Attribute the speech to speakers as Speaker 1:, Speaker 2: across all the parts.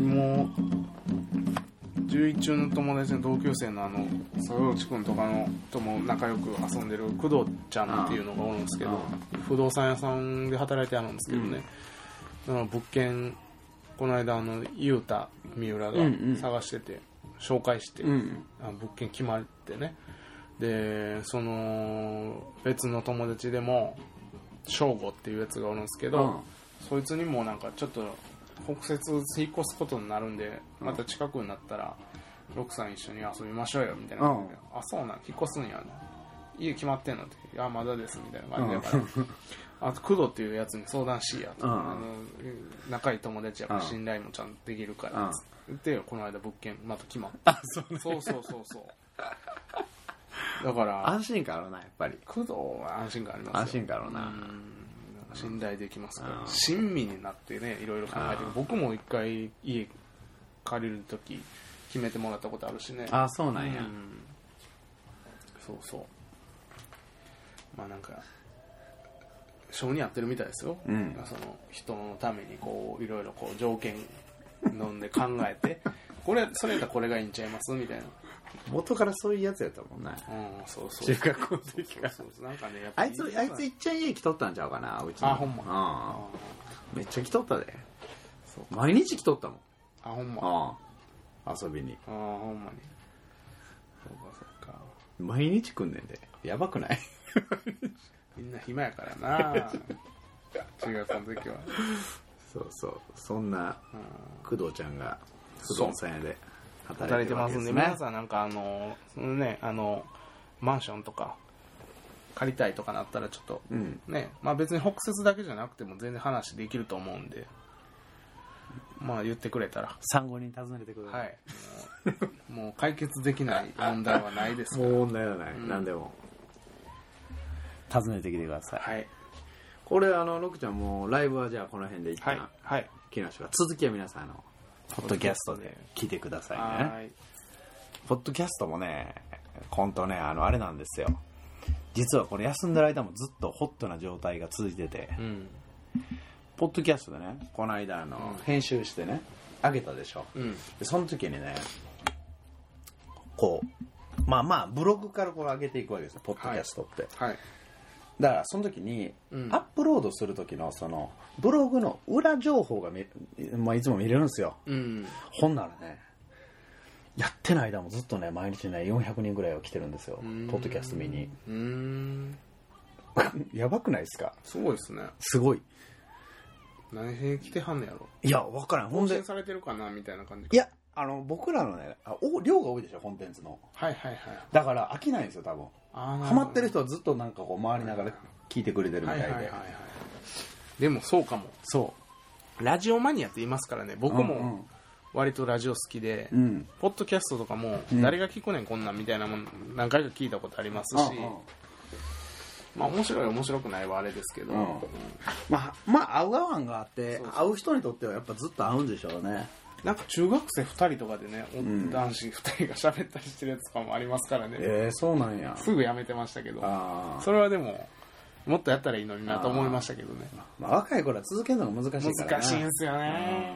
Speaker 1: もう11中の友達の同級生のあの坂口君とかのとも仲良く遊んでる工藤ちゃんっていうのがおるんですけど不動産屋さんで働いてあるんですけどね、あの物件この間あの雄太三浦が
Speaker 2: うんうん
Speaker 1: 探してて、紹介して、
Speaker 2: うん
Speaker 1: あの物件決まってねでその別の友達でも翔吾っていうやつがおるんですけど、
Speaker 2: うん
Speaker 1: そいつにもなんかちょっと北節引っ越すことになるんでまた近くになったら六さん一緒に遊びましょうよみたいな感じで、あそうなん引っ越すんやな家決まってんのっていやまだですみたいな感じだから、あと工藤っていうやつに相談しいやと、
Speaker 2: うん
Speaker 1: あの仲いい友達やから
Speaker 2: うん
Speaker 1: 信頼もちゃんとできるから、
Speaker 2: うん
Speaker 1: つってこの間物件また決まった
Speaker 2: あそう
Speaker 1: そうそうそうそう。だから、
Speaker 2: 安心感あるなやっぱり
Speaker 1: 工藤は安心感ありますよ。
Speaker 2: 安心感あるな
Speaker 1: うん信頼できますか
Speaker 2: う
Speaker 1: ら。
Speaker 2: ん
Speaker 1: 親身になってね、いろいろ考えて
Speaker 2: うん
Speaker 1: 僕も一回家借りるとき決めてもらったことあるしね。
Speaker 2: あそうなん
Speaker 1: う
Speaker 2: や
Speaker 1: ん。そうそう。まあなんか、性に合ってるみたいですよ。
Speaker 2: うん
Speaker 1: その人のためにこう、いろいろこう条件飲んで考えて、 これ、それやったらこれがいいんちゃいますみたいな。
Speaker 2: 元からそういうやつやったもんな
Speaker 1: うん、そうそう。
Speaker 2: 中学校の時から
Speaker 1: そうそうそうなんかね、やっぱ
Speaker 2: あいつあいついっちゃん家来とったんちゃうかなうちの
Speaker 1: あほん
Speaker 2: ま
Speaker 1: あ
Speaker 2: うんめっちゃ来とったで
Speaker 1: そう
Speaker 2: 毎日来とったもん
Speaker 1: あ、ほんま。あ
Speaker 2: うん遊びに
Speaker 1: あ、ほんまに。そうか、そうか。
Speaker 2: 毎日来んねんでやばくない
Speaker 1: みんな暇やからな。 中学校の時は。
Speaker 2: そうそうそんな
Speaker 1: うん
Speaker 2: 工藤ちゃんが不動産屋で働
Speaker 1: 働
Speaker 2: い
Speaker 1: い
Speaker 2: て
Speaker 1: て
Speaker 2: る
Speaker 1: ま
Speaker 2: わけ
Speaker 1: す
Speaker 2: で
Speaker 1: ん
Speaker 2: す
Speaker 1: で、
Speaker 2: ね
Speaker 1: 皆さんなんかあの、そのね、あの、マンションとか、借りたいとかなったらちょっと、
Speaker 2: うん
Speaker 1: ね、まあ別に北節だけじゃなくても全然話できると思うんで、まあ言ってくれたら。
Speaker 2: 産後に訪ねてくる
Speaker 1: はい。もうもう解決できない問題はないですから
Speaker 2: もう問題はない、
Speaker 1: ん
Speaker 2: 何でも訪ねてきてくださ い、
Speaker 1: はい。
Speaker 2: これあのロクちゃんもうライブはじゃあこの辺で一
Speaker 1: はい
Speaker 2: 旦。
Speaker 1: はい。
Speaker 2: 切りましょうか続きは皆さんあのポッドキャストで聞いてくださいね
Speaker 1: はい。
Speaker 2: ポッドキャストもね、本当ね、あの、あれなんですよ。実はこれ休んでる間もずっとホットな状態が続いてて、
Speaker 1: うん。
Speaker 2: ポッドキャストでね、この間あの、編集してね、上げたでしょ。
Speaker 1: うん。
Speaker 2: で、その時にね、こう、まあまあ、ブログからこう上げていくわけですよ、ポッドキャストって。
Speaker 1: はい。
Speaker 2: だから、その時に、
Speaker 1: うん
Speaker 2: アップロードする時の、その、ブログの裏情報が見、まあ、いつも見れるんですよ。
Speaker 1: うん。
Speaker 2: ほんならね、やってない間もずっとね、毎日ね、400人ぐらいは来てるんですよ
Speaker 1: ん、
Speaker 2: ポッドキャスト見に。
Speaker 1: うーん。
Speaker 2: やばくないですか
Speaker 1: すごいですね。
Speaker 2: すごい。
Speaker 1: 何しに来てはんのやろ。
Speaker 2: いや、わからん。ほん
Speaker 1: 更
Speaker 2: で
Speaker 1: 新、されてるかなみたいな感じか
Speaker 2: いや、あの、僕らのね、あお量が多いでしょ、コンテンツの。
Speaker 1: はいはいはい。
Speaker 2: だから飽きないんですよ、多分。
Speaker 1: あー
Speaker 2: ハマってる人はずっとなんかこう回りながら聞いてくれてるみ
Speaker 1: は
Speaker 2: た
Speaker 1: い
Speaker 2: い
Speaker 1: はい
Speaker 2: で。
Speaker 1: はいはい。でもそうかも。
Speaker 2: そ
Speaker 1: ラジオマニアって言いますからね。
Speaker 2: う。
Speaker 1: 僕
Speaker 2: う
Speaker 1: も
Speaker 2: ん
Speaker 1: 割とラジオ好きで、
Speaker 2: うん。うん
Speaker 1: ポッドキャストとかも
Speaker 2: うん
Speaker 1: 誰が聞くねんこんなんみたいなもん何回か聞いたことありますし、
Speaker 2: うんうん
Speaker 1: まあ面白い面白くないはあれですけど、
Speaker 2: うん
Speaker 1: うん
Speaker 2: まあ、まあ、合う合わんがあって
Speaker 1: そうそう
Speaker 2: 会う人にとってはやっぱずっと合うんでしょうね。
Speaker 1: なんか中学生2人とかでね、お
Speaker 2: ん
Speaker 1: 男子2人が喋ったりしてるやつとかもありますからね。
Speaker 2: えー、そうなんや。
Speaker 1: すぐやめてましたけど、
Speaker 2: あー
Speaker 1: それはでも、もっとやったらいいのになと思いましたけどね。
Speaker 2: まあ、若い頃は続けるのが難しいから
Speaker 1: 難
Speaker 2: な
Speaker 1: しいんすよね。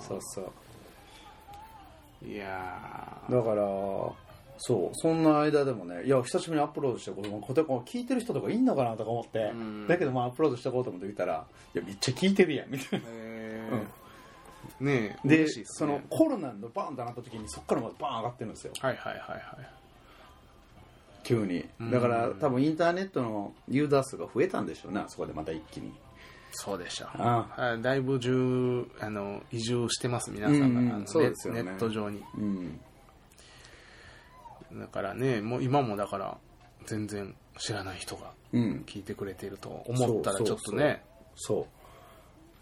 Speaker 2: そうそう
Speaker 1: うんいやー
Speaker 2: だからそうそんな間でもねいや久しぶりにアップロードしてこれこれこれ聞いてる人とかいんのかなとか思って、
Speaker 1: ん
Speaker 2: だけどまあアップロードしてこうと思って見たらいやめっちゃ聞いてるやんみたい な
Speaker 1: えーねえ、
Speaker 2: で、
Speaker 1: 嬉しいっす
Speaker 2: そ
Speaker 1: ね
Speaker 2: のコロナのバーンってなった時にそっからまたバーン上がってるんですよ
Speaker 1: はいはいはい
Speaker 2: 急に
Speaker 1: ん
Speaker 2: だから多分インターネットのユーザー数が増えたんでしょうねあそこでまた一気に
Speaker 1: そうでした。
Speaker 2: あ
Speaker 1: あだいぶ重あの移住してます、皆さんが、
Speaker 2: うんうん
Speaker 1: あのね
Speaker 2: そうですよ
Speaker 1: ネ
Speaker 2: ね
Speaker 1: ット上に。
Speaker 2: うん
Speaker 1: だからね、もう今もだから、全然知らない人が
Speaker 2: うん
Speaker 1: 聞いてくれていると思ったら、
Speaker 2: そう
Speaker 1: ち
Speaker 2: そ
Speaker 1: ょっ
Speaker 2: うそ
Speaker 1: と
Speaker 2: う
Speaker 1: ね、
Speaker 2: そう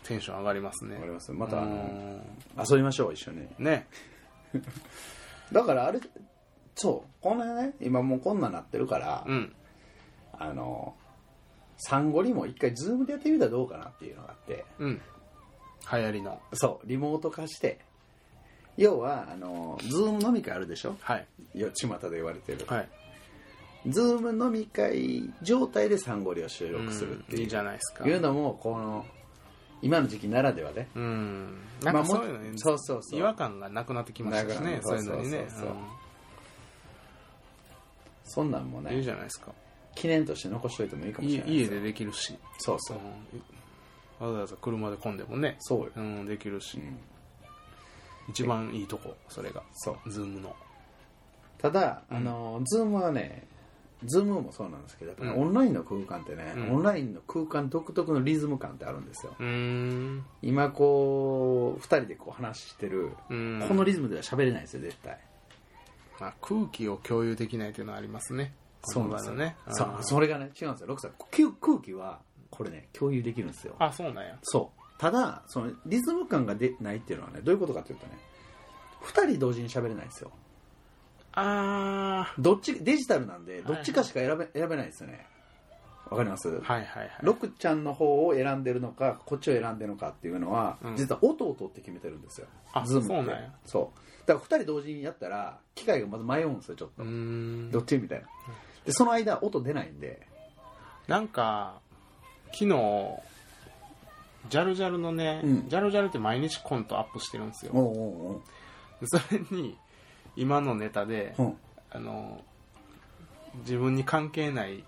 Speaker 1: テンション上がりますね
Speaker 2: わか。りますまたあ
Speaker 1: う
Speaker 2: の
Speaker 1: ん
Speaker 2: 遊びましょう一緒に
Speaker 1: ね。
Speaker 2: だからあれそうこのね今もうこんなんなってるから、
Speaker 1: うん。
Speaker 2: あの産後にも一回ズームでやってみたらどうかなっていうのがあって
Speaker 1: うん。流行りの。
Speaker 2: そうリモート化して要はあのズーム飲み会あるでしょ
Speaker 1: はい。
Speaker 2: よ巷で言われてる、
Speaker 1: はい。
Speaker 2: ズーム飲み会状態で産後りを収録するっていう,、
Speaker 1: いいじゃないですか。
Speaker 2: のもこの今の時期ならではね
Speaker 1: うんなんかそういうの
Speaker 2: まあ
Speaker 1: ね
Speaker 2: もそうそうそう
Speaker 1: 違和感がなくなってきましたしね
Speaker 2: なく
Speaker 1: そう
Speaker 2: なる
Speaker 1: いうのにね
Speaker 2: そうそうそうそんなんも
Speaker 1: うんいい
Speaker 2: ね
Speaker 1: じゃないですか
Speaker 2: 記念として残しといてもいいかもし
Speaker 1: い
Speaker 2: れない
Speaker 1: 家
Speaker 2: すよ
Speaker 1: でできるし
Speaker 2: そうそう
Speaker 1: うんわざわざ車で混んでもね
Speaker 2: そうよ、
Speaker 1: うんできるし
Speaker 2: うん
Speaker 1: 一番いいとこそれが
Speaker 2: そう
Speaker 1: ズームの
Speaker 2: ただ、あのズームはねズームもそうなんですけど、やっぱね
Speaker 1: うん
Speaker 2: オンラインの空間ってね、
Speaker 1: うん
Speaker 2: オンラインの空間独特のリズム感ってあるんですよ
Speaker 1: うーん
Speaker 2: 今こう2人でこう話してる、
Speaker 1: うん
Speaker 2: このリズムでは喋れないですよ絶対
Speaker 1: まあ空気を共有できないというのはありますね
Speaker 2: そうなんです
Speaker 1: こ
Speaker 2: よ
Speaker 1: の場合のね
Speaker 2: そ
Speaker 1: あ
Speaker 2: う
Speaker 1: ー
Speaker 2: それがね違うんですよ六さん空空気はこれね共有できるんですよ
Speaker 1: あそうなんや
Speaker 2: そうただそのリズム感がでないっていうのはねどういうことかというとね2人同時に喋れないんですよ
Speaker 1: あ
Speaker 2: どっちデジタルなんで
Speaker 1: はい
Speaker 2: どっちかしか選べ選べないんですよねわかります、
Speaker 1: あはいはいはい
Speaker 2: ロクちゃんの方を選んでるのかこっちを選んでるのかっていうのは、
Speaker 1: うん
Speaker 2: 実は音を取って決めてるんですよ
Speaker 1: あ
Speaker 2: ズームって
Speaker 1: そうなんや
Speaker 2: そうだから2人同時にやったら機械がまず迷うんですよちょっ
Speaker 1: う
Speaker 2: と、
Speaker 1: ーん
Speaker 2: どっちみたいなでその間音出ないんで
Speaker 1: なんか昨日ジャルジャルのね、
Speaker 2: うん
Speaker 1: ジャルジャルって毎日コントアップしてるんですよ
Speaker 2: おうおう
Speaker 1: それに今のネタで、
Speaker 2: おううん
Speaker 1: あの自分に関係ない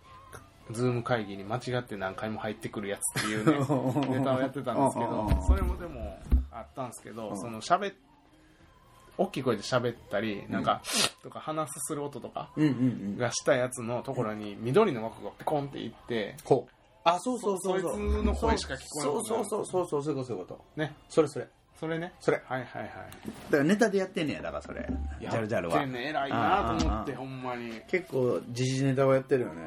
Speaker 1: ズーム会議に間違って何回も入ってくるやつっていう ねネタをやってたんですけどそれもでもあったんですけ
Speaker 2: う
Speaker 1: ど
Speaker 2: ん
Speaker 1: その喋っ大きい声で喋ったりなんか、 とか話すする音とか
Speaker 2: うんうんうん
Speaker 1: がしたやつのところに緑の枠がピコンっていって
Speaker 2: こうあそうそうそう
Speaker 1: そうそいつの声しか聞こえなくなる
Speaker 2: そうそうそうそうそうそういうことそういうこと
Speaker 1: ね
Speaker 2: それそれ
Speaker 1: それね
Speaker 2: それ
Speaker 1: はいはいはい
Speaker 2: だからネタでやってんねやだからそれジャルジャル
Speaker 1: やっ
Speaker 2: は
Speaker 1: てんね偉いなと思って
Speaker 2: あーあーあー
Speaker 1: ほんまに
Speaker 2: 結構時事ネタはやってるよね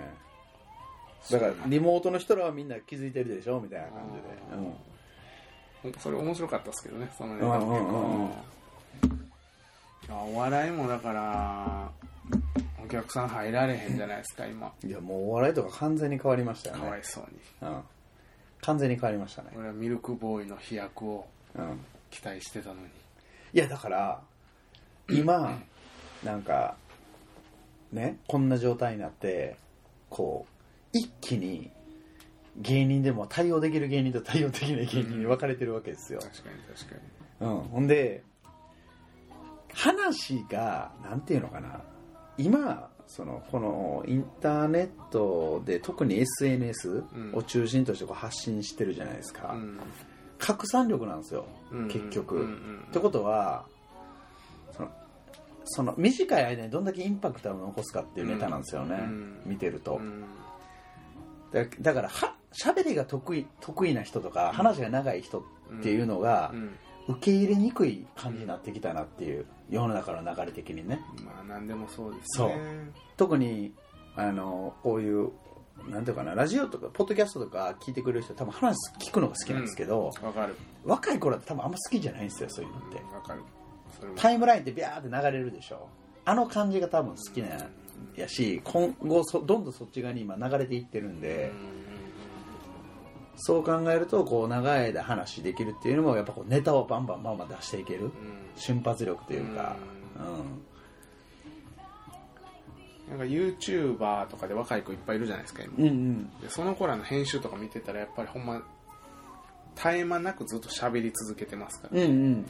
Speaker 2: だからリモートの人らはみんな気づいてるでしょみたいな感じで
Speaker 1: あー
Speaker 2: うん
Speaker 1: それ面白かったですけどねそのネ
Speaker 2: う
Speaker 1: タ
Speaker 2: んうんうんうん
Speaker 1: いやお笑いもだからお客さん入られへんじゃないですか今
Speaker 2: いやもうお笑いとか完全に変わりましたよ
Speaker 1: か
Speaker 2: ね
Speaker 1: わいそうに
Speaker 2: うん、完全に変わりましたね、
Speaker 1: 俺はミルクボーイの飛躍を
Speaker 2: うん、
Speaker 1: 期待してたのに
Speaker 2: いやだから今なんかねこんな状態になってこう一気に芸人でも対応できる芸人と対応できない芸人に分かれてるわけですよ、
Speaker 1: 確かに確かに
Speaker 2: うん、ほんで話がなんていうのかな今そのこのインターネットで特に SNS
Speaker 1: ん
Speaker 2: を中心としてこう発信してるじゃないですか、
Speaker 1: うん
Speaker 2: 拡散力なんですよ、
Speaker 1: うん
Speaker 2: 結局、
Speaker 1: うんうん
Speaker 2: ってことはそのその短い間にどんだけインパクトを残すかっていうネタなんですよね、
Speaker 1: うん
Speaker 2: 見てる
Speaker 1: う
Speaker 2: と、
Speaker 1: ん
Speaker 2: だだからは喋りが得意得意な人とか話が長い人っていうのが、
Speaker 1: うん
Speaker 2: 受け入れにくい感じになってきたなっていう世の中の流れ的にね
Speaker 1: まあ何でもそうですね
Speaker 2: 特にあのこういうなんていうかなラジオとかポッドキャストとか聞いてくれる人多分話聞くのが好きなんですけど、
Speaker 1: わかる
Speaker 2: 若い頃だと多分あんま好きじゃないんですよそういうのって
Speaker 1: うんわかるそれも
Speaker 2: タイムラインってビャーって流れるでしょあの感じが多分好きなんやし今後そどんどんそっち側に今流れていってるんで、そう考えるとこう長い間話できるっていうのもやっぱこうネタをバンバンバンバン出していける
Speaker 1: うんうん
Speaker 2: 瞬発力というか、
Speaker 1: なんか YouTuber とかで若い子いっぱいいるじゃないですか今
Speaker 2: うん、うんうん
Speaker 1: でその子らの編集とか見てたらやっぱりほんま絶え間なくずっと喋り続けてますから、
Speaker 2: うんうん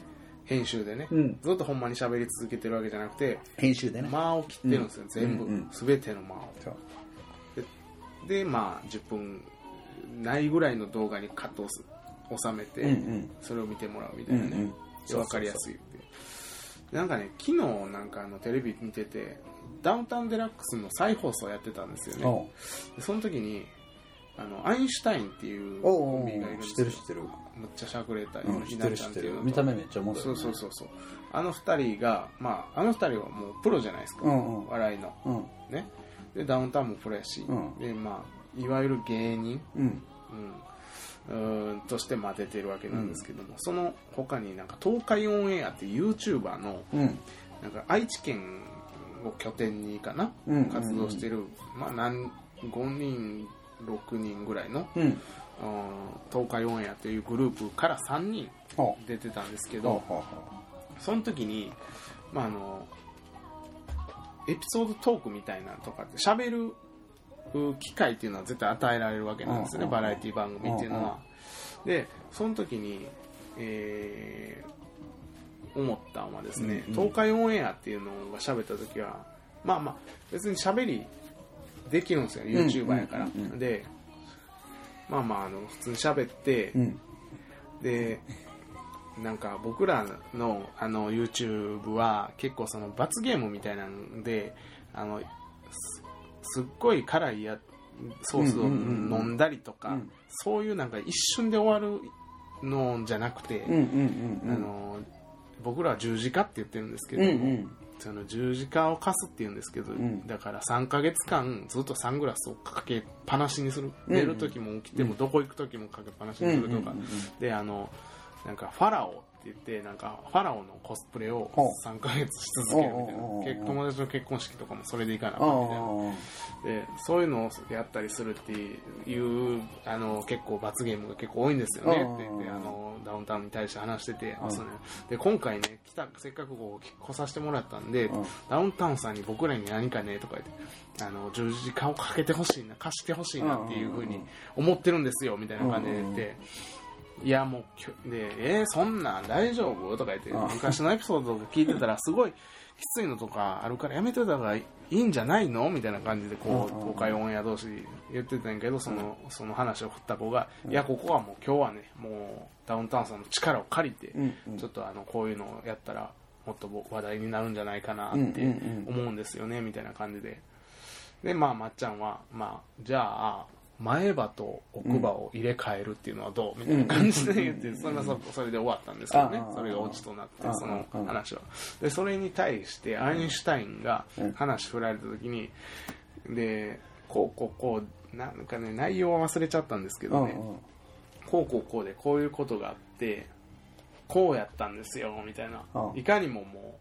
Speaker 1: 編集でね、
Speaker 2: うん
Speaker 1: ずっとほんまに喋り続けてるわけじゃなくて
Speaker 2: 編集でね、
Speaker 1: 間を切ってるんですよ、
Speaker 2: うん
Speaker 1: 全部、
Speaker 2: うんうん
Speaker 1: 全ての間を
Speaker 2: そう
Speaker 1: でまあ10分ないぐらいの動画にカットをす収めて、
Speaker 2: うんうん
Speaker 1: それを見てもらうみた
Speaker 2: う
Speaker 1: い
Speaker 2: ん
Speaker 1: な
Speaker 2: う
Speaker 1: ね、
Speaker 2: ん
Speaker 1: で分かりやすいってなんかね昨日なんかあのテレビ見ててダウンタウンデラックスの再放送やってたんですよね
Speaker 2: おう
Speaker 1: でその時にあのアインシュタインっていう
Speaker 2: お
Speaker 1: コ
Speaker 2: うおう
Speaker 1: ンビがいるんで
Speaker 2: 知っ
Speaker 1: す
Speaker 2: て
Speaker 1: よ
Speaker 2: る知ってる、
Speaker 1: むっちゃしゃくれた
Speaker 2: うん、知ってる
Speaker 1: ち
Speaker 2: 知
Speaker 1: ゃん
Speaker 2: ってて
Speaker 1: いう
Speaker 2: る
Speaker 1: のと
Speaker 2: 見た目めっちゃ面白い
Speaker 1: そうそうそうそうあの二人がまああの二人はもうプロじゃないですか、
Speaker 2: うんうん
Speaker 1: 笑いの
Speaker 2: うん
Speaker 1: ねでダウンタウンもプロやし、
Speaker 2: うん
Speaker 1: でまあいわゆる芸人、
Speaker 2: うん
Speaker 1: うん、うーんとしてまあ出てるわけなんですけども、その他になんか東海オンエアっていう YouTuber の
Speaker 2: うん
Speaker 1: なんか愛知県を拠点にかな、
Speaker 2: うん
Speaker 1: 活動してる、まあ、何5人6人ぐらいの
Speaker 2: うん
Speaker 1: うん東海オンエアというグループから3人
Speaker 2: ほ
Speaker 1: 出てたんですけ
Speaker 2: うほ
Speaker 1: ど
Speaker 2: うほう
Speaker 1: その時に、まあ、あのエピソードトークみたいなのとかって喋るう機会っていうのは絶対与えられるわけなんですよね
Speaker 2: うん
Speaker 1: バラエティ番組っていうのは。でその時に、えー思ったのはですね、
Speaker 2: うんうん
Speaker 1: 東海オンエアっていうのが喋った時はまあまあ別に喋りできるんですよ YouTuber やから、
Speaker 2: うんうんうん
Speaker 1: でまあまああの普通に喋って、
Speaker 2: うん
Speaker 1: でなんか僕らのあの YouTube は結構その罰ゲームみたいなんであのすすっごい辛いやソースを
Speaker 2: うんうんうんうん
Speaker 1: 飲んだりとか、
Speaker 2: うん
Speaker 1: そういうなんか一瞬で終わるのじゃなくて、
Speaker 2: うんうんうん
Speaker 1: あの僕らは十字架って言ってるんですけ
Speaker 2: うんう
Speaker 1: ども、
Speaker 2: ん
Speaker 1: その十字架を課すっていうんですけど、
Speaker 2: ん
Speaker 1: だから3ヶ月間ずっとサングラスをかけっぱなしにする、寝る時も起きてもどこ行く時もかけっぱなしにするとか、
Speaker 2: うんうんうん
Speaker 1: であのなんかファラオって言ってなんかファラオのコスプレを
Speaker 2: ほう
Speaker 1: 3ヶ月し続けるみたいな
Speaker 2: おうおうおうおう
Speaker 1: 結友達の結婚式とかもそれでいかなあ
Speaker 2: あ
Speaker 1: か
Speaker 2: あ
Speaker 1: んみたいなでそういうのをやったりするっていうあの結構罰ゲームが結構多いんですよねって言って
Speaker 2: うん
Speaker 1: あのダウンタウンに対して話してて、あ
Speaker 2: うん
Speaker 1: そうね、で今回ね来たせっかくこう来させてもらったんで、
Speaker 2: うん
Speaker 1: ダウンタウンさんに僕らに何かねとか言ってあの十字架をかけてほしいな貸してほしいなっていうふうに思ってるんですよみたいな感じで言って。いやもうきょで、えーそんなん大丈夫とか言って
Speaker 2: うん
Speaker 1: 昔のエピソードを聞いてたらすごいきついのとかあるからやめてた方がいいんじゃないのみたいな感じでこ
Speaker 2: うん
Speaker 1: う東海オンエア同士言ってたんやけどそのその話を振った子がいやここはもう今日はねもうダウンタウンさんの力を借りて
Speaker 2: うんうん
Speaker 1: ちょっとあのこういうのをやったらもっと僕話題になるんじゃないかなって
Speaker 2: うんうんう
Speaker 1: 思うんですよねみたいな感じででまあまっちゃんは、まあ、じゃあ前歯と奥歯を入れ替えるっていうのはどうみたいな感じで言ってそれはそそれで終わったんですけどね
Speaker 2: ああ
Speaker 1: それがオチとなっ
Speaker 2: ああ
Speaker 1: てその話はでそれに対してアインシュタインが
Speaker 2: うん
Speaker 1: 話振られた時にでこうこうこうなんかね内容は忘れちゃったんですけ
Speaker 2: う
Speaker 1: ど
Speaker 2: ん
Speaker 1: ねこうこうこうでこういうことがあってこうやったんですよみたいな
Speaker 2: うん
Speaker 1: いかにもも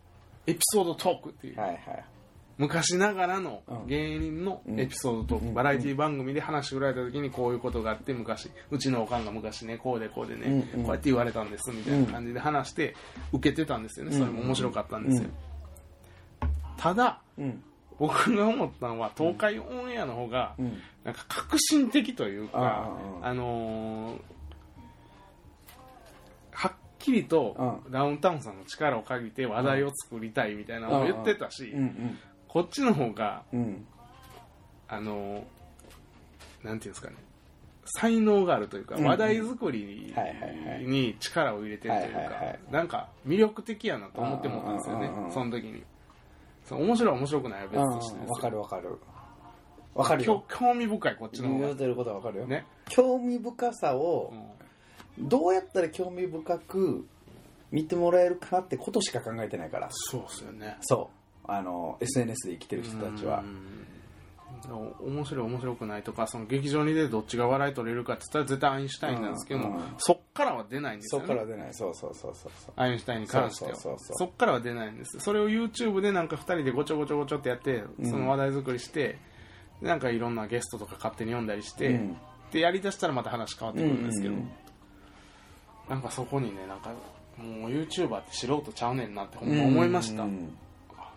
Speaker 1: うエピソードトークっていう
Speaker 2: はいはい
Speaker 1: 昔ながらの
Speaker 2: うん
Speaker 1: 芸人のエピソードトーク、
Speaker 2: うん
Speaker 1: バラエティ番組で話し振られた時にこういうことがあって昔うちのおかんが昔ねこうでこうでね、
Speaker 2: うんうん
Speaker 1: こうやって言われたんですみたいな感じで話して受けてたんですよねそれも面白かったんですよ、ただ
Speaker 2: うん
Speaker 1: 僕が思ったのは東海オンエアの方が
Speaker 2: うん
Speaker 1: なんか革新的というか、
Speaker 2: うん
Speaker 1: あのーはっきりとダウンタウンさんの力を借りて話題を作りたいみたいなのを言ってたし、
Speaker 2: うん
Speaker 1: こっちの方が、
Speaker 2: うんうん
Speaker 1: あの、なんていうんですかね、才能があるというか、
Speaker 2: うん
Speaker 1: 話題作り
Speaker 2: はいはいはい
Speaker 1: に力を入れてるという
Speaker 2: はいはいは
Speaker 1: か
Speaker 2: い、
Speaker 1: なんか魅力的やなと思ってもったんですよ
Speaker 2: う
Speaker 1: ね
Speaker 2: んうんうんう、ん
Speaker 1: その時に。そう面白いは面白くないは別として
Speaker 2: う
Speaker 1: で
Speaker 2: ん
Speaker 1: す
Speaker 2: わかるわかるわかる
Speaker 1: 興
Speaker 2: よ
Speaker 1: 興味深い、こっちの
Speaker 2: 言
Speaker 1: 方
Speaker 2: うてることはわかる
Speaker 1: が。
Speaker 2: よ
Speaker 1: ね。
Speaker 2: 興味深さを
Speaker 1: うん
Speaker 2: どうやったら興味深く見てもらえるかなってことしか考えてないから
Speaker 1: そうっすよね。
Speaker 2: そうあの SNS で生きてる人たちは
Speaker 1: うん面白い面白くないとかその劇場に出てどっちが笑い取れるかって言ったら絶対アインシュタインなんですけども、
Speaker 2: うんうん
Speaker 1: そっからは出ないんです
Speaker 2: そ
Speaker 1: よ
Speaker 2: っ
Speaker 1: ね
Speaker 2: から出ないそうそうそうそうそう
Speaker 1: アインシュタインに関しては
Speaker 2: そうそうそうそう
Speaker 1: そっからは出ないんですそれを YouTube でなんか2人でごちょごちょごちょってやって
Speaker 2: ん
Speaker 1: その話題作りして、なんかいろんなゲストとか勝手に読んだりして、
Speaker 2: うん
Speaker 1: でやりだしたらまた話変わってくるんですけど、
Speaker 2: うんうんうん
Speaker 1: なんかそこにねなんかもう YouTuber って素人ちゃうねんなってほんま思いました、
Speaker 2: うん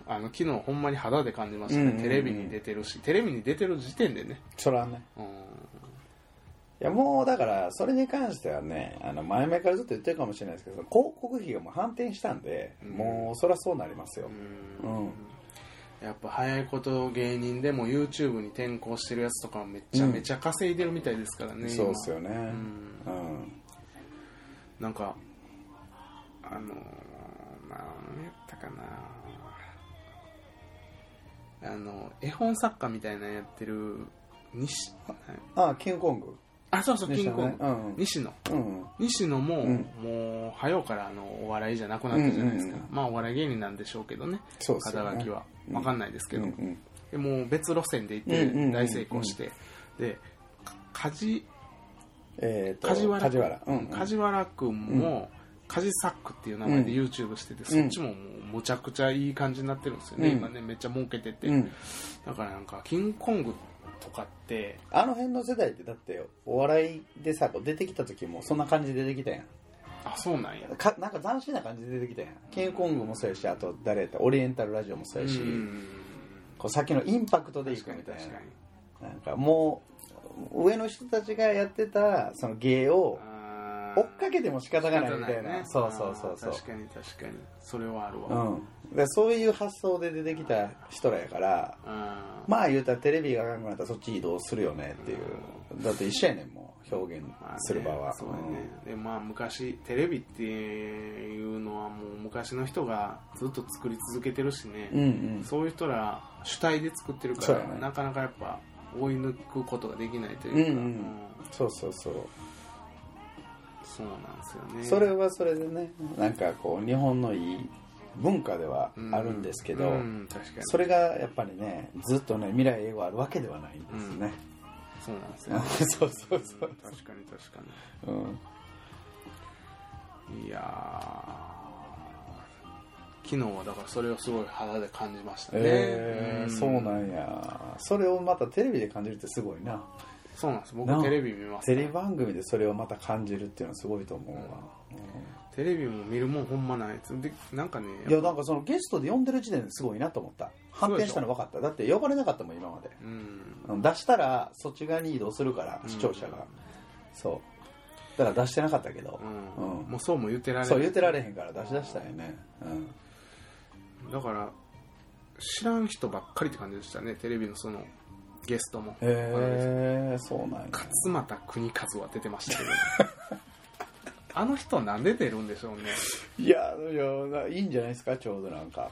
Speaker 1: あの昨日ほんまに肌で感じましたね、
Speaker 2: うんうんうん
Speaker 1: テレビに出てるしテレビに出てる時点でね
Speaker 2: それはね
Speaker 1: うん
Speaker 2: いやもうだからそれに関してはねあの前々からずっと言ってるかもしれないですけど広告費がもう反転したんで、もうそりゃそうなりますようん、
Speaker 1: やっぱ早いこと芸人でも YouTube に転向してるやつとかはめちゃめちゃ稼いでるみたいですからね、
Speaker 2: そう
Speaker 1: 今
Speaker 2: っすよねうん、
Speaker 1: なんかあのー、なんやったかなあの絵本作家みたいなのやってる西
Speaker 2: ああキングコング
Speaker 1: あそうそう
Speaker 2: でし
Speaker 1: キ
Speaker 2: た
Speaker 1: ングコン
Speaker 2: ね
Speaker 1: グ、
Speaker 2: うんうん
Speaker 1: 西野
Speaker 2: うん
Speaker 1: 西野も、
Speaker 2: ん
Speaker 1: もう早うからあのお笑いじゃなくなったじゃないですか、
Speaker 2: うんうん
Speaker 1: まあお笑い芸人なんでしょうけどね
Speaker 2: そうっすよね
Speaker 1: 肩書きは
Speaker 2: うん
Speaker 1: 分かんないですけど、
Speaker 2: うん
Speaker 1: でもう別路線で行っ
Speaker 2: うんうんうんう
Speaker 1: て
Speaker 2: ん
Speaker 1: 大成功して、でか梶
Speaker 2: えー、と
Speaker 1: 梶原
Speaker 2: 梶原
Speaker 1: 君梶原君も、梶サックっていう名前で
Speaker 2: う
Speaker 1: YouTube してて、そっちももうむちゃくちゃいい感じになってるんですよね、
Speaker 2: うん
Speaker 1: 今ねめっちゃ儲けてて、
Speaker 2: うん、
Speaker 1: だからなんかキングコングとかって
Speaker 2: あの辺の世代ってだってお笑いでさこう出てきた時もそんな感じで出てきたやん
Speaker 1: あそうなんや
Speaker 2: かなんか斬新な感じで出てきたやんキングコングもそうやしあと誰やったオリエンタルラジオもそうやし、
Speaker 1: うん
Speaker 2: こう先のインパクトでい
Speaker 1: 確
Speaker 2: く
Speaker 1: かに
Speaker 2: みたい
Speaker 1: 確かに
Speaker 2: ななんかもう上の人たちがやってたその芸を
Speaker 1: あな
Speaker 2: 追っかけても仕方がないみたい
Speaker 1: 仕方
Speaker 2: な
Speaker 1: ね
Speaker 2: そうそうそうそう
Speaker 1: あー確かに確かにそれはあるわ
Speaker 2: うん、でそういう発想で出てきた人らやから
Speaker 1: うん
Speaker 2: まあ言うたらテレビがあかんくなったらそっち移動するよねっていうだって一緒やねんもう表現
Speaker 1: まあね
Speaker 2: する場は、
Speaker 1: そうだね、でまあ昔テレビっていうのはもう昔の人がずっと作り続けてるしね、
Speaker 2: うんうん
Speaker 1: そういう人ら主体で作ってるか
Speaker 2: そう
Speaker 1: ら、
Speaker 2: やね
Speaker 1: なかなかやっぱ追い抜くことができないというか、
Speaker 2: うんうんそうそうそう、
Speaker 1: そうなんですよね
Speaker 2: それはそれでねなんかこう日本のいい文化ではあるんですけど、
Speaker 1: うんうん確かに
Speaker 2: それがやっぱりねずっとね未来英語あるわけではないんですね、
Speaker 1: そうなんですよ、ね、
Speaker 2: そうそうそ
Speaker 1: 確
Speaker 2: う、
Speaker 1: かに確か
Speaker 2: うん、
Speaker 1: にいやー昨日はだからそれをすごい肌で感じましたね、
Speaker 2: えー
Speaker 1: ん
Speaker 2: そうなんやそれをまたテレビで感じるってすごいな
Speaker 1: そうなんです
Speaker 2: な
Speaker 1: 僕テレビ見ます
Speaker 2: テレビ番組でそれをまた感じるっていうのはすごいと思うわ、
Speaker 1: テレビも見るもんほんまないでなんかね
Speaker 2: いやなんかそのゲストで呼んでる時点ですごいなと思った反転したの分かっただって呼ばれなかったもん今まで
Speaker 1: うん
Speaker 2: うん出したらそっち側に移動するから視聴者が、そうだから出してなかったけど
Speaker 1: う、ん、
Speaker 2: うん
Speaker 1: もうそうも言ってられない
Speaker 2: そう言ってられへんから出し出したよね、うん、
Speaker 1: だから知らん人ばっかりって感じでしたねテレビのそのゲストも
Speaker 2: へえそうなんや
Speaker 1: 勝俣国和は出てましたけ どあの人なんで出るんでしょうね
Speaker 2: いやいやいいんじゃないですかちょうどなんか
Speaker 1: い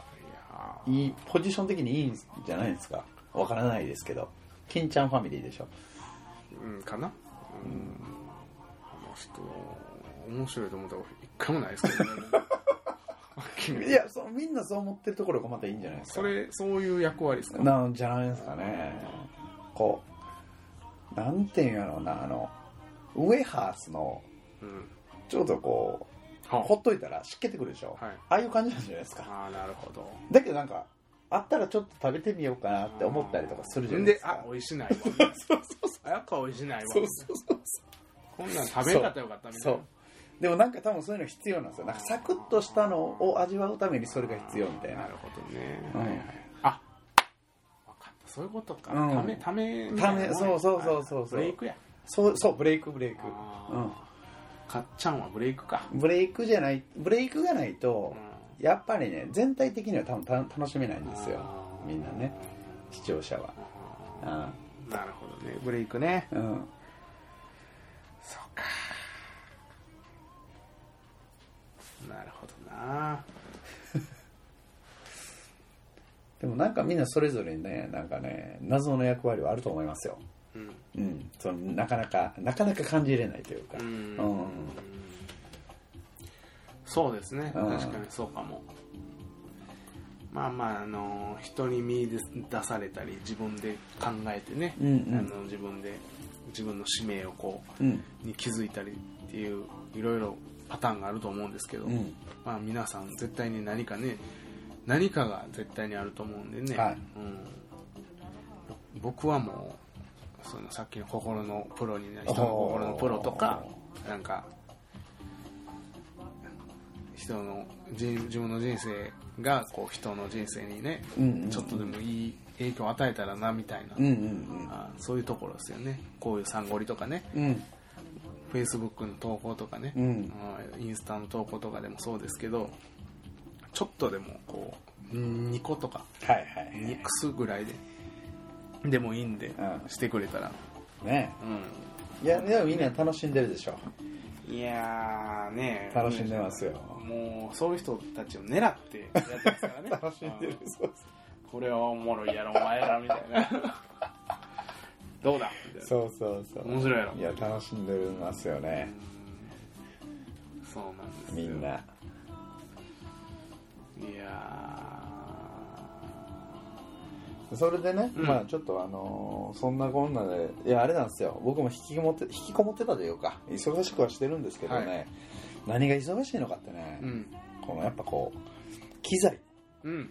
Speaker 1: やー
Speaker 2: いいポジション的にいいんじゃないですかわからないですけど金ちゃんファミリーでしょ
Speaker 1: うんかなうんあの人面白いと思ったこと一回もないですけど ね
Speaker 2: いやそうみんなそう思ってるところがまたいいんじゃないですか
Speaker 1: それそういう役割ですか
Speaker 2: なんじゃないですかねこうなんていうんやろうなあのウエハースの
Speaker 1: うん
Speaker 2: ちょっとこうほ
Speaker 1: は
Speaker 2: っといたら湿気てくるでしょ、
Speaker 1: はい
Speaker 2: ああいう感じなんじゃないですか
Speaker 1: ああーなるほど
Speaker 2: だけどなんかあったらちょっと食べてみようかなって思ったりとかするじゃないで
Speaker 1: ですあ
Speaker 2: か
Speaker 1: 美味し ないわそうそうそうやっぱ美味しないわ
Speaker 2: そうそうそう
Speaker 1: こんなん食べんかったらよかったみた
Speaker 2: そ
Speaker 1: いう
Speaker 2: でもなんか多分そういうの必要なんですよなんかサクッとしたのを味わうためにそれが
Speaker 1: な
Speaker 2: 必要みたい
Speaker 1: な
Speaker 2: な
Speaker 1: るほどね、
Speaker 2: うん
Speaker 1: はいはいあ分かったそういうことか、
Speaker 2: うん
Speaker 1: ためためみたいなもんや
Speaker 2: ためそうそうそうそう
Speaker 1: ブ
Speaker 2: そう
Speaker 1: レイクや
Speaker 2: そうそうブレイクブレイク
Speaker 1: あかっちゃんはブレイクか、
Speaker 2: うんブレイクじゃないブレイクがないうと
Speaker 1: ん
Speaker 2: やっぱりね全体的には多分た楽しめないんですよ
Speaker 1: あー
Speaker 2: みんなね視聴者は
Speaker 1: なるほどねブレイクね
Speaker 2: うん、うん、
Speaker 1: そうかなるほどな
Speaker 2: でもなんかみんなそれぞれにねなんかね謎の役割はあると思いますよ
Speaker 1: うん
Speaker 2: うんそのなかなかなかなか感じれないというか
Speaker 1: う
Speaker 2: うん
Speaker 1: ん、そうですね、
Speaker 2: うん
Speaker 1: 確かにそうかも。まあまあ、あの人に見出されたり、自分で考えてね、
Speaker 2: うんうん
Speaker 1: あの自分で、自分の使命をこ
Speaker 2: うん
Speaker 1: う、に気づいたりっていう、いろいろパターンがあると思うんですけど、
Speaker 2: うん
Speaker 1: まあ皆さん、絶対に何かね、何かが絶対にあると思うんでね、
Speaker 2: はい
Speaker 1: うん、僕はもう、そのさっきの心のプロになる人の心のプロとか、なんか人の人自分の人生がこう人の人生にね、
Speaker 2: うんうん
Speaker 1: ちょっとでもいい影響を与えたらなみたいな、
Speaker 2: うんうん
Speaker 1: あそういうところですよねこういうサンゴリとかね
Speaker 2: うんうん
Speaker 1: フェイスブックの投稿とかね、
Speaker 2: うん
Speaker 1: うんインスタの投稿とかでもそうですけどちょっとでもこう2個とか
Speaker 2: はいはい
Speaker 1: 2くすぐらいででもいいんで、
Speaker 2: うん
Speaker 1: してくれたら、
Speaker 2: ね
Speaker 1: う
Speaker 2: いやでもみんな楽しんでるでしょ
Speaker 1: ん、いやーね
Speaker 2: 楽しんでますよ
Speaker 1: もうそういう人たちを狙ってやってますから ね
Speaker 2: 楽しんでる
Speaker 1: うん
Speaker 2: そう
Speaker 1: これはおもろいやろお前らみたいなどうだみたいな
Speaker 2: そうそうそう
Speaker 1: 面白いやろ
Speaker 2: いや楽しんでますよね
Speaker 1: そうなんですよ
Speaker 2: みんない
Speaker 1: や
Speaker 2: それでね、
Speaker 1: うん
Speaker 2: まあちょっとあのーそんなこんなでいやあれなんですよ僕も引きこもって引きこもってたというか忙しくはしてるんですけどね、
Speaker 1: は
Speaker 2: 何が忙しいのかってね、
Speaker 1: ーうん
Speaker 2: このやっぱこう機材
Speaker 1: うん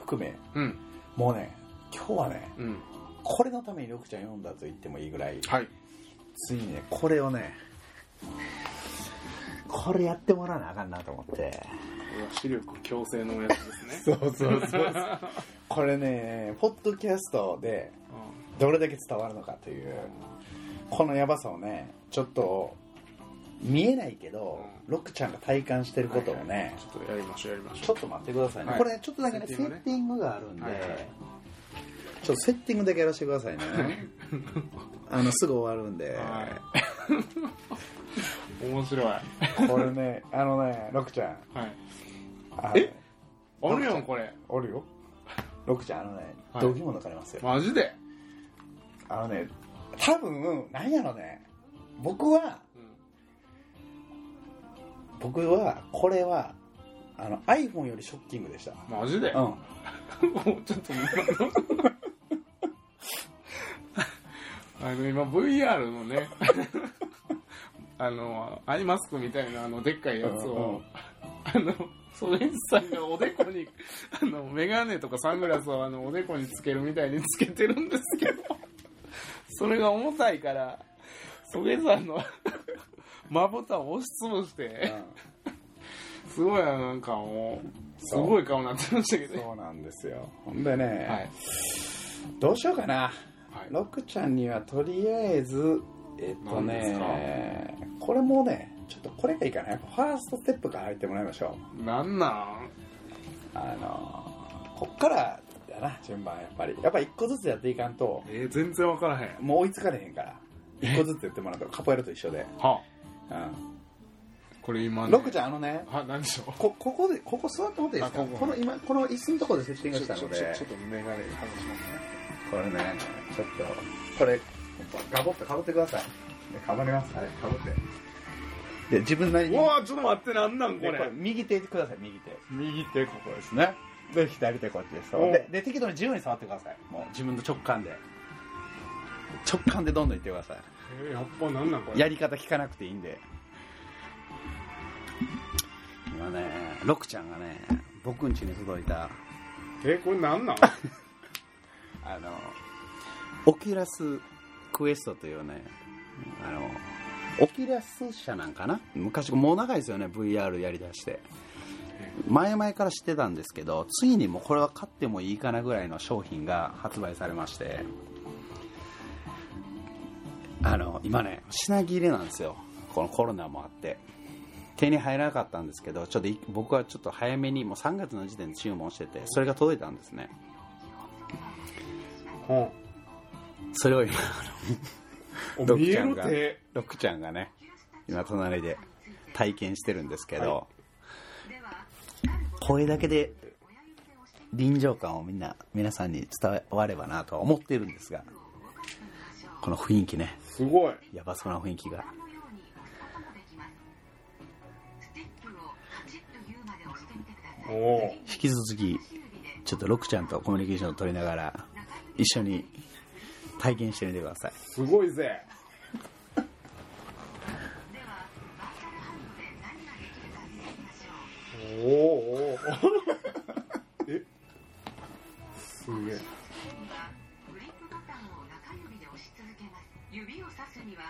Speaker 2: 含め
Speaker 1: うん
Speaker 2: もうね今日はね
Speaker 1: うん
Speaker 2: これのために緑ちゃん読んだと言ってもいいぐらい
Speaker 1: はい
Speaker 2: ついにねこれをねこれやってもらわなあかんなと思って
Speaker 1: これは視力強制のやつですね
Speaker 2: そうそうそうそう これねポッドキャストでどれだけ伝わるのかというこのやばさをねちょっと見えないけど、ロックちゃんが体感してることをね、
Speaker 1: ちょっとやりましょうやりまし
Speaker 2: ち
Speaker 1: ょ
Speaker 2: ょっと待ってくださいね、
Speaker 1: はい
Speaker 2: これちょっとだけねセ
Speaker 1: セ
Speaker 2: ッ
Speaker 1: ッティングね
Speaker 2: ティングがあるんで、
Speaker 1: はいはい
Speaker 2: ちょっとセッティングだけやらせてくださいねあのすぐ終わるんで、
Speaker 1: うはい 面白いは
Speaker 2: これねあのねロクちゃん
Speaker 1: い
Speaker 2: あ
Speaker 1: えあるやんこれ
Speaker 2: おるよロクちゃんあのね、
Speaker 1: はい
Speaker 2: 度肝抜かれますよ、
Speaker 1: マジで、
Speaker 2: あのね多分なんやろね僕は僕はこれはあの iPhone よりショッキングでした
Speaker 1: マジで、
Speaker 2: うん
Speaker 1: もうちょっともうあのあの今 VR のね あのアイマスクみたいなあのでっかいやつ
Speaker 2: うんう
Speaker 1: を
Speaker 2: ん
Speaker 1: あのソレンジさんがおでこにあのメガネとかサングラスをあのおでこにつけるみたいにつけてるんですけどそれが重たいからソゲさんの まぶたを押しつぶしてすごいあのなんかもうすごい顔になってましたけ
Speaker 2: うん
Speaker 1: ど、
Speaker 2: そうなんですよほんでね、
Speaker 1: はい
Speaker 2: どうしようかな
Speaker 1: はい
Speaker 2: ロクちゃんにはとりあえずえっとねこれもねちょっとこれがいいかなやっぱファーストステップから入ってもらいましょ
Speaker 1: なんなん
Speaker 2: うあのこっからだな順番やっぱりやっぱ一個ずつやっていかんと
Speaker 1: えー、全然分からへん。
Speaker 2: もう追いつかれへんから一個ずつやってもらうとカポエラと一緒で、
Speaker 1: は
Speaker 2: う
Speaker 1: これ今
Speaker 2: ん、ロクち
Speaker 1: ゃ
Speaker 2: ゃんあのね
Speaker 1: ん。は、なんでしょう。
Speaker 2: こここでここ座ってもらっていいですか
Speaker 1: あ
Speaker 2: こ
Speaker 1: ここ
Speaker 2: の今この椅子のところでセッティングしたので
Speaker 1: とメガネ外します
Speaker 2: これねちょっとこれガボッとかぶってくださいかぶりますはいかぶってで自分なり
Speaker 1: ね。うわーちょっと待って、なんなんこ
Speaker 2: でこれ
Speaker 1: れ。
Speaker 2: 右手ください右手
Speaker 1: 右手ここです。
Speaker 2: すねで左手こっちです
Speaker 1: おう
Speaker 2: でで適度に自由に触ってくださいもう自分の直感で直感でどんどんいってくださ
Speaker 1: えー、やっぱなんなんこ
Speaker 2: い
Speaker 1: れ。
Speaker 2: やり方聞かなくていいんで今ねロクちゃんがね僕ん家に届いた
Speaker 1: えー、これなんなん
Speaker 2: あのオキュラスクエストというねあのオキュラス社なんかな昔もう長いですよね VR やりだして前々から知ってたんですけどついにもうこれは買ってもいいかなぐらいの商品が発売されましてあの今ね品切れなんですよこのコロナもあって手に入らなかったんですけどちょっとい僕はちょっと早めにもう3月の時点で注文しててそれが届いたんですね
Speaker 1: ほ
Speaker 2: それを今
Speaker 1: う
Speaker 2: ド
Speaker 1: お
Speaker 2: ク
Speaker 1: 見え
Speaker 2: ちゃん
Speaker 1: る
Speaker 2: が
Speaker 1: 手。
Speaker 2: ロクちゃんがね今隣で体験してるんですけど、
Speaker 1: は
Speaker 2: これだけで臨場感をみんな皆さんに伝わればなとは思ってるんですがこの雰囲気ね
Speaker 1: すごい。
Speaker 2: やばそうな雰囲気が
Speaker 1: おおー。
Speaker 2: 引き続きちょっとロクちゃんとコミュニケーションを取りながら一緒に体験してみてください
Speaker 1: すごいぜ。おーおー。えすげえ。
Speaker 3: グリップボタンを中指で押し続けます指をさすには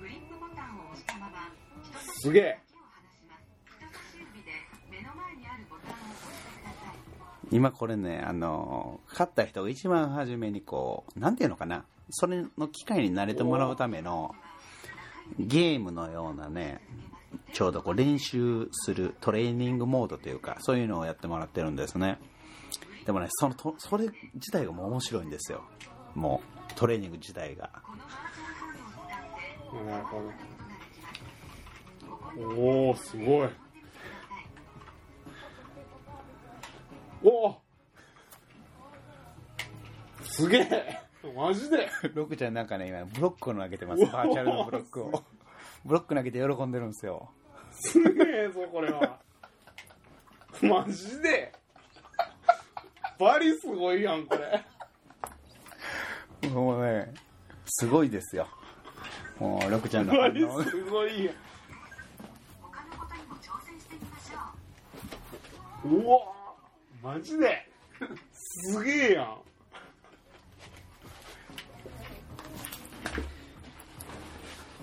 Speaker 3: グリップボタンを押したまま人差し
Speaker 1: すげえ。
Speaker 3: 手を離します人差し指で目の前にあるボタンを押してください
Speaker 2: 今これねあの勝った人が一番初めにこうなんていうのかなそれの機会に慣れてもらうためのゲームのようなねちょうどこう練習するトレーニングモードというかそういうのをやってもらってるんですねでもねそのとそれ自体がもう面白いんですよもうトレーニング自体が
Speaker 1: なるほど。おお、すごい。おお。すげえ。マジで。
Speaker 2: ロクちゃんなんかね今ブロックを投げてますバーチャルのブロックを ブロック投げて喜んでるんですよ
Speaker 1: すげえぞ、これは。マジで。バリすごいやん、これ。
Speaker 2: もうね、すごいですよ。もう、ロクちゃんの
Speaker 1: バ
Speaker 2: 反
Speaker 1: リ
Speaker 2: 応。
Speaker 1: すごいやん。
Speaker 3: 他のことにも挑戦してみましょう
Speaker 1: うわマジですげえやん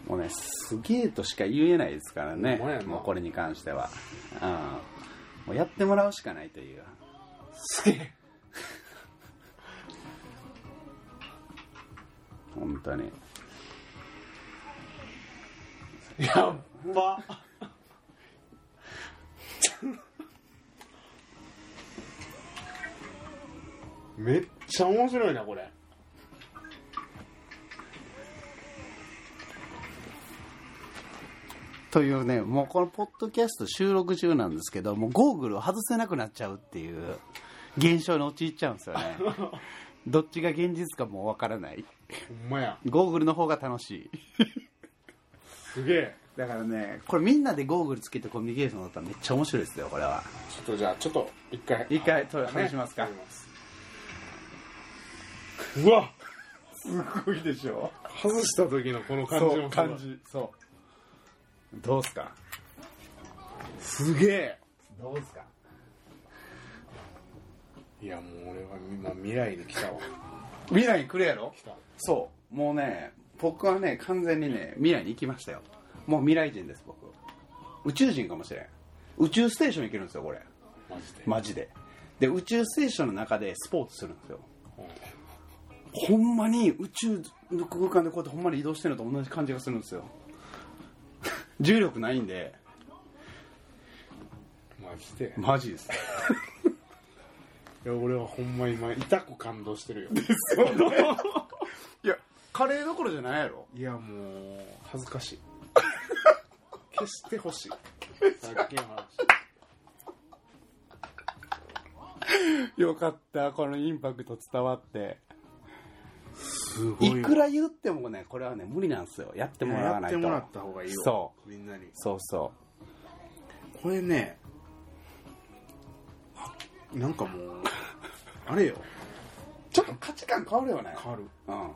Speaker 2: もうね、すげえとしか言えないですからね
Speaker 1: ほんまや。な
Speaker 2: もうこれに関しては。うん。もうやってもらうしかないという。
Speaker 1: すげえ
Speaker 2: 本当に。
Speaker 1: やっばめっちゃ面白いなこれ
Speaker 2: というねもうこのポッドキャスト収録中なんですけどもうゴーグルを外せなくなっちゃうっていう現象に陥っちゃうんですよ ねどっちが現実かもうわからない
Speaker 1: ほんまや
Speaker 2: ゴーグルの方が楽しい
Speaker 1: すげえ
Speaker 2: だからねこれみんなでゴーグルつけてコミュニケーション取ったらめっちゃ面白いですよこれは
Speaker 1: ちょっとじゃあちょっと一回
Speaker 2: 一回と話しますか
Speaker 1: ねうわ
Speaker 2: すごいでしょ
Speaker 1: 外した時のこの感じ
Speaker 2: そう
Speaker 1: も
Speaker 2: 感じそうどうすか
Speaker 1: すげえ
Speaker 2: どうすか
Speaker 1: いやもう俺は今未来に来たわ
Speaker 2: 未来に来るやろ
Speaker 1: 来た
Speaker 2: そうもうね僕はね完全にね未来に行きましたよもう未来人です僕宇宙人かもしれん宇宙ステーション行けるんですよこれ
Speaker 1: マジで、
Speaker 2: マジでで宇宙ステーションの中でスポーツするんですよ
Speaker 1: うん
Speaker 2: ほんまに宇宙の空間でこうやってほんまに移動してるのと同じ感じがするんですよ 重力ないんで
Speaker 1: マジで
Speaker 2: マジです
Speaker 1: いや俺はほんま今痛く感動してるよ
Speaker 2: いやカレーどころじゃないやろ
Speaker 1: いやもう恥ずか しい消してほしいさっきの話
Speaker 2: よかったこのインパクト伝わって
Speaker 1: すご
Speaker 2: いくら言ってもねこれはね無理なんですよやってもらわ
Speaker 1: や
Speaker 2: な
Speaker 1: っ
Speaker 2: いと
Speaker 1: てもらった方がいいよ
Speaker 2: そう
Speaker 1: みんなに
Speaker 2: そうそ
Speaker 1: これねあなんかもうあれよ
Speaker 2: うちょっと価値観変わるよね
Speaker 1: 変わる
Speaker 2: うん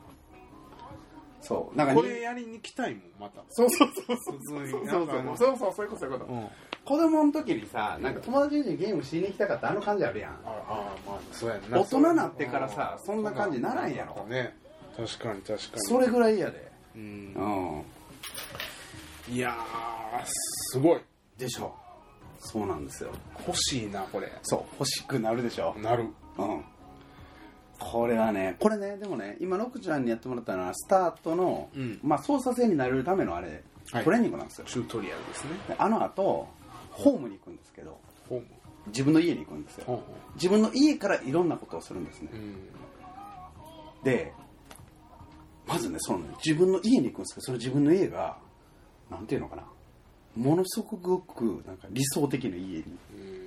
Speaker 2: そうなんか
Speaker 1: こ
Speaker 2: に
Speaker 1: れやりに来たいもんまた
Speaker 2: そうそうそうそう
Speaker 1: 普通
Speaker 2: そう
Speaker 1: に
Speaker 2: そ
Speaker 1: な
Speaker 2: うん
Speaker 1: かあの
Speaker 2: そうそうそういうことそういうこと
Speaker 1: うんあ
Speaker 2: 子供の時にさなんか友達とゲームしに行きたかったあの感じあるやん
Speaker 1: あまあそうやんな
Speaker 2: 大人なってからさそんな感じならんや
Speaker 1: なん
Speaker 2: ろ
Speaker 1: かね確かに確かに
Speaker 2: それぐらいやで
Speaker 1: うん
Speaker 2: うん
Speaker 1: いやーすごい
Speaker 2: でしょそうなんですよ
Speaker 1: 欲しいなこれ
Speaker 2: そう欲しくなるでしょ
Speaker 1: なる
Speaker 2: うんこれはねこれねでもね今ロクちゃんにやってもらったのはスタートの、
Speaker 1: うん
Speaker 2: まあ、操作性になれるためのあれ、
Speaker 1: はい
Speaker 2: トレーニングなんですよ
Speaker 1: チュートリアルですね
Speaker 2: であの後ホームに行くんですけど
Speaker 1: ホーム
Speaker 2: 自分の家に行くんですよ
Speaker 1: ホ
Speaker 2: 自分の家からいろんなことをするんですね
Speaker 1: ームうん
Speaker 2: でまずねそのね自分の家に行くんですけどその自分の家がなんていうのかなものすごくなんか理想的な家に
Speaker 1: うん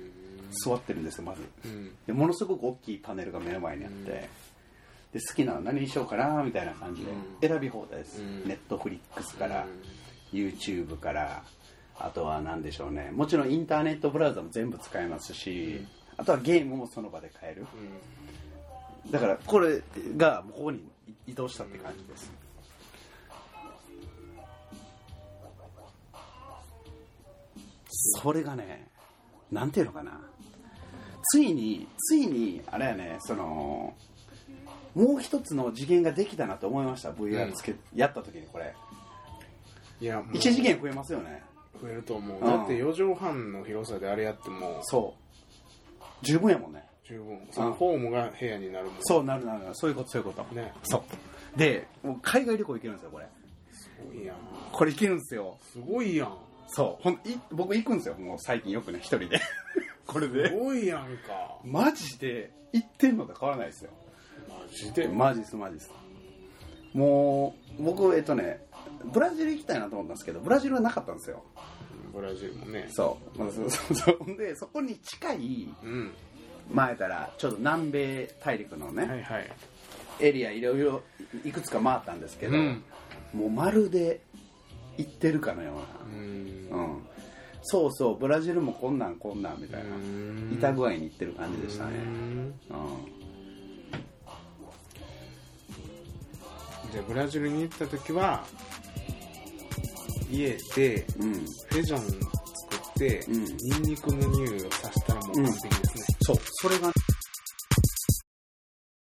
Speaker 2: 座ってるんですよまず
Speaker 1: うん
Speaker 2: でものすごく大きいパネルが目の前にあって、
Speaker 1: うん
Speaker 2: で好きなの何にしようかなみたいな感じで
Speaker 1: うん
Speaker 2: 選び放題です、
Speaker 1: うん
Speaker 2: ネットフリックスから、
Speaker 1: うん
Speaker 2: YouTube からあとは何でしょうねもちろんインターネットブラウザも全部使えますし、あとはゲームもその場で買えるだからこれがここに移動したって感じです、それがねなんていうのかなついについにあれやねそのもう一つの次元ができたなと思いました VR つけ、やった時にこれ
Speaker 1: いやもう
Speaker 2: 1次元増えますよね
Speaker 1: 増えると思う、
Speaker 2: うん
Speaker 1: だって4畳半の広さであれやっても
Speaker 2: そう十分やもんね
Speaker 1: 十分そのホームが部屋になるもん
Speaker 2: そうなるなるなるそういうことそういうこと
Speaker 1: ね
Speaker 2: そうでもう海外旅行行けるんですよこれ
Speaker 1: すごいやん
Speaker 2: これ行けるんですよ
Speaker 1: すごいやん
Speaker 2: そうほんい僕行くんですよもう最近よくね一人 でこれ
Speaker 1: す
Speaker 2: で
Speaker 1: ごいやんか
Speaker 2: マジで行ってんのと変わらないですよ
Speaker 1: マジで
Speaker 2: マジですマジですもう僕えっとねブラジル行きたいなと思ったんですけどブラジルはなかったんですよ
Speaker 1: ブラジルもね
Speaker 2: そう、まあ、そうそうそうほんでそこに近い
Speaker 1: うん
Speaker 2: 前からちょっと南米大陸のね、
Speaker 1: はいはい
Speaker 2: エリアいろいろいくつか回ったんですけど、
Speaker 1: うん
Speaker 2: もうまるで行ってるかのよ
Speaker 1: う
Speaker 2: うな、うんん、そうそうブラジルもこんなんこんなんみたいな、
Speaker 1: ん
Speaker 2: 板具合に行ってる感じでしたね、
Speaker 1: うん
Speaker 2: うん、
Speaker 1: じゃあブラジルに行った時は家で
Speaker 2: うん、
Speaker 1: フェジョン作って、
Speaker 2: うん
Speaker 1: ニンニクの匂いをさせたらもう完璧ですね、
Speaker 2: そうそれが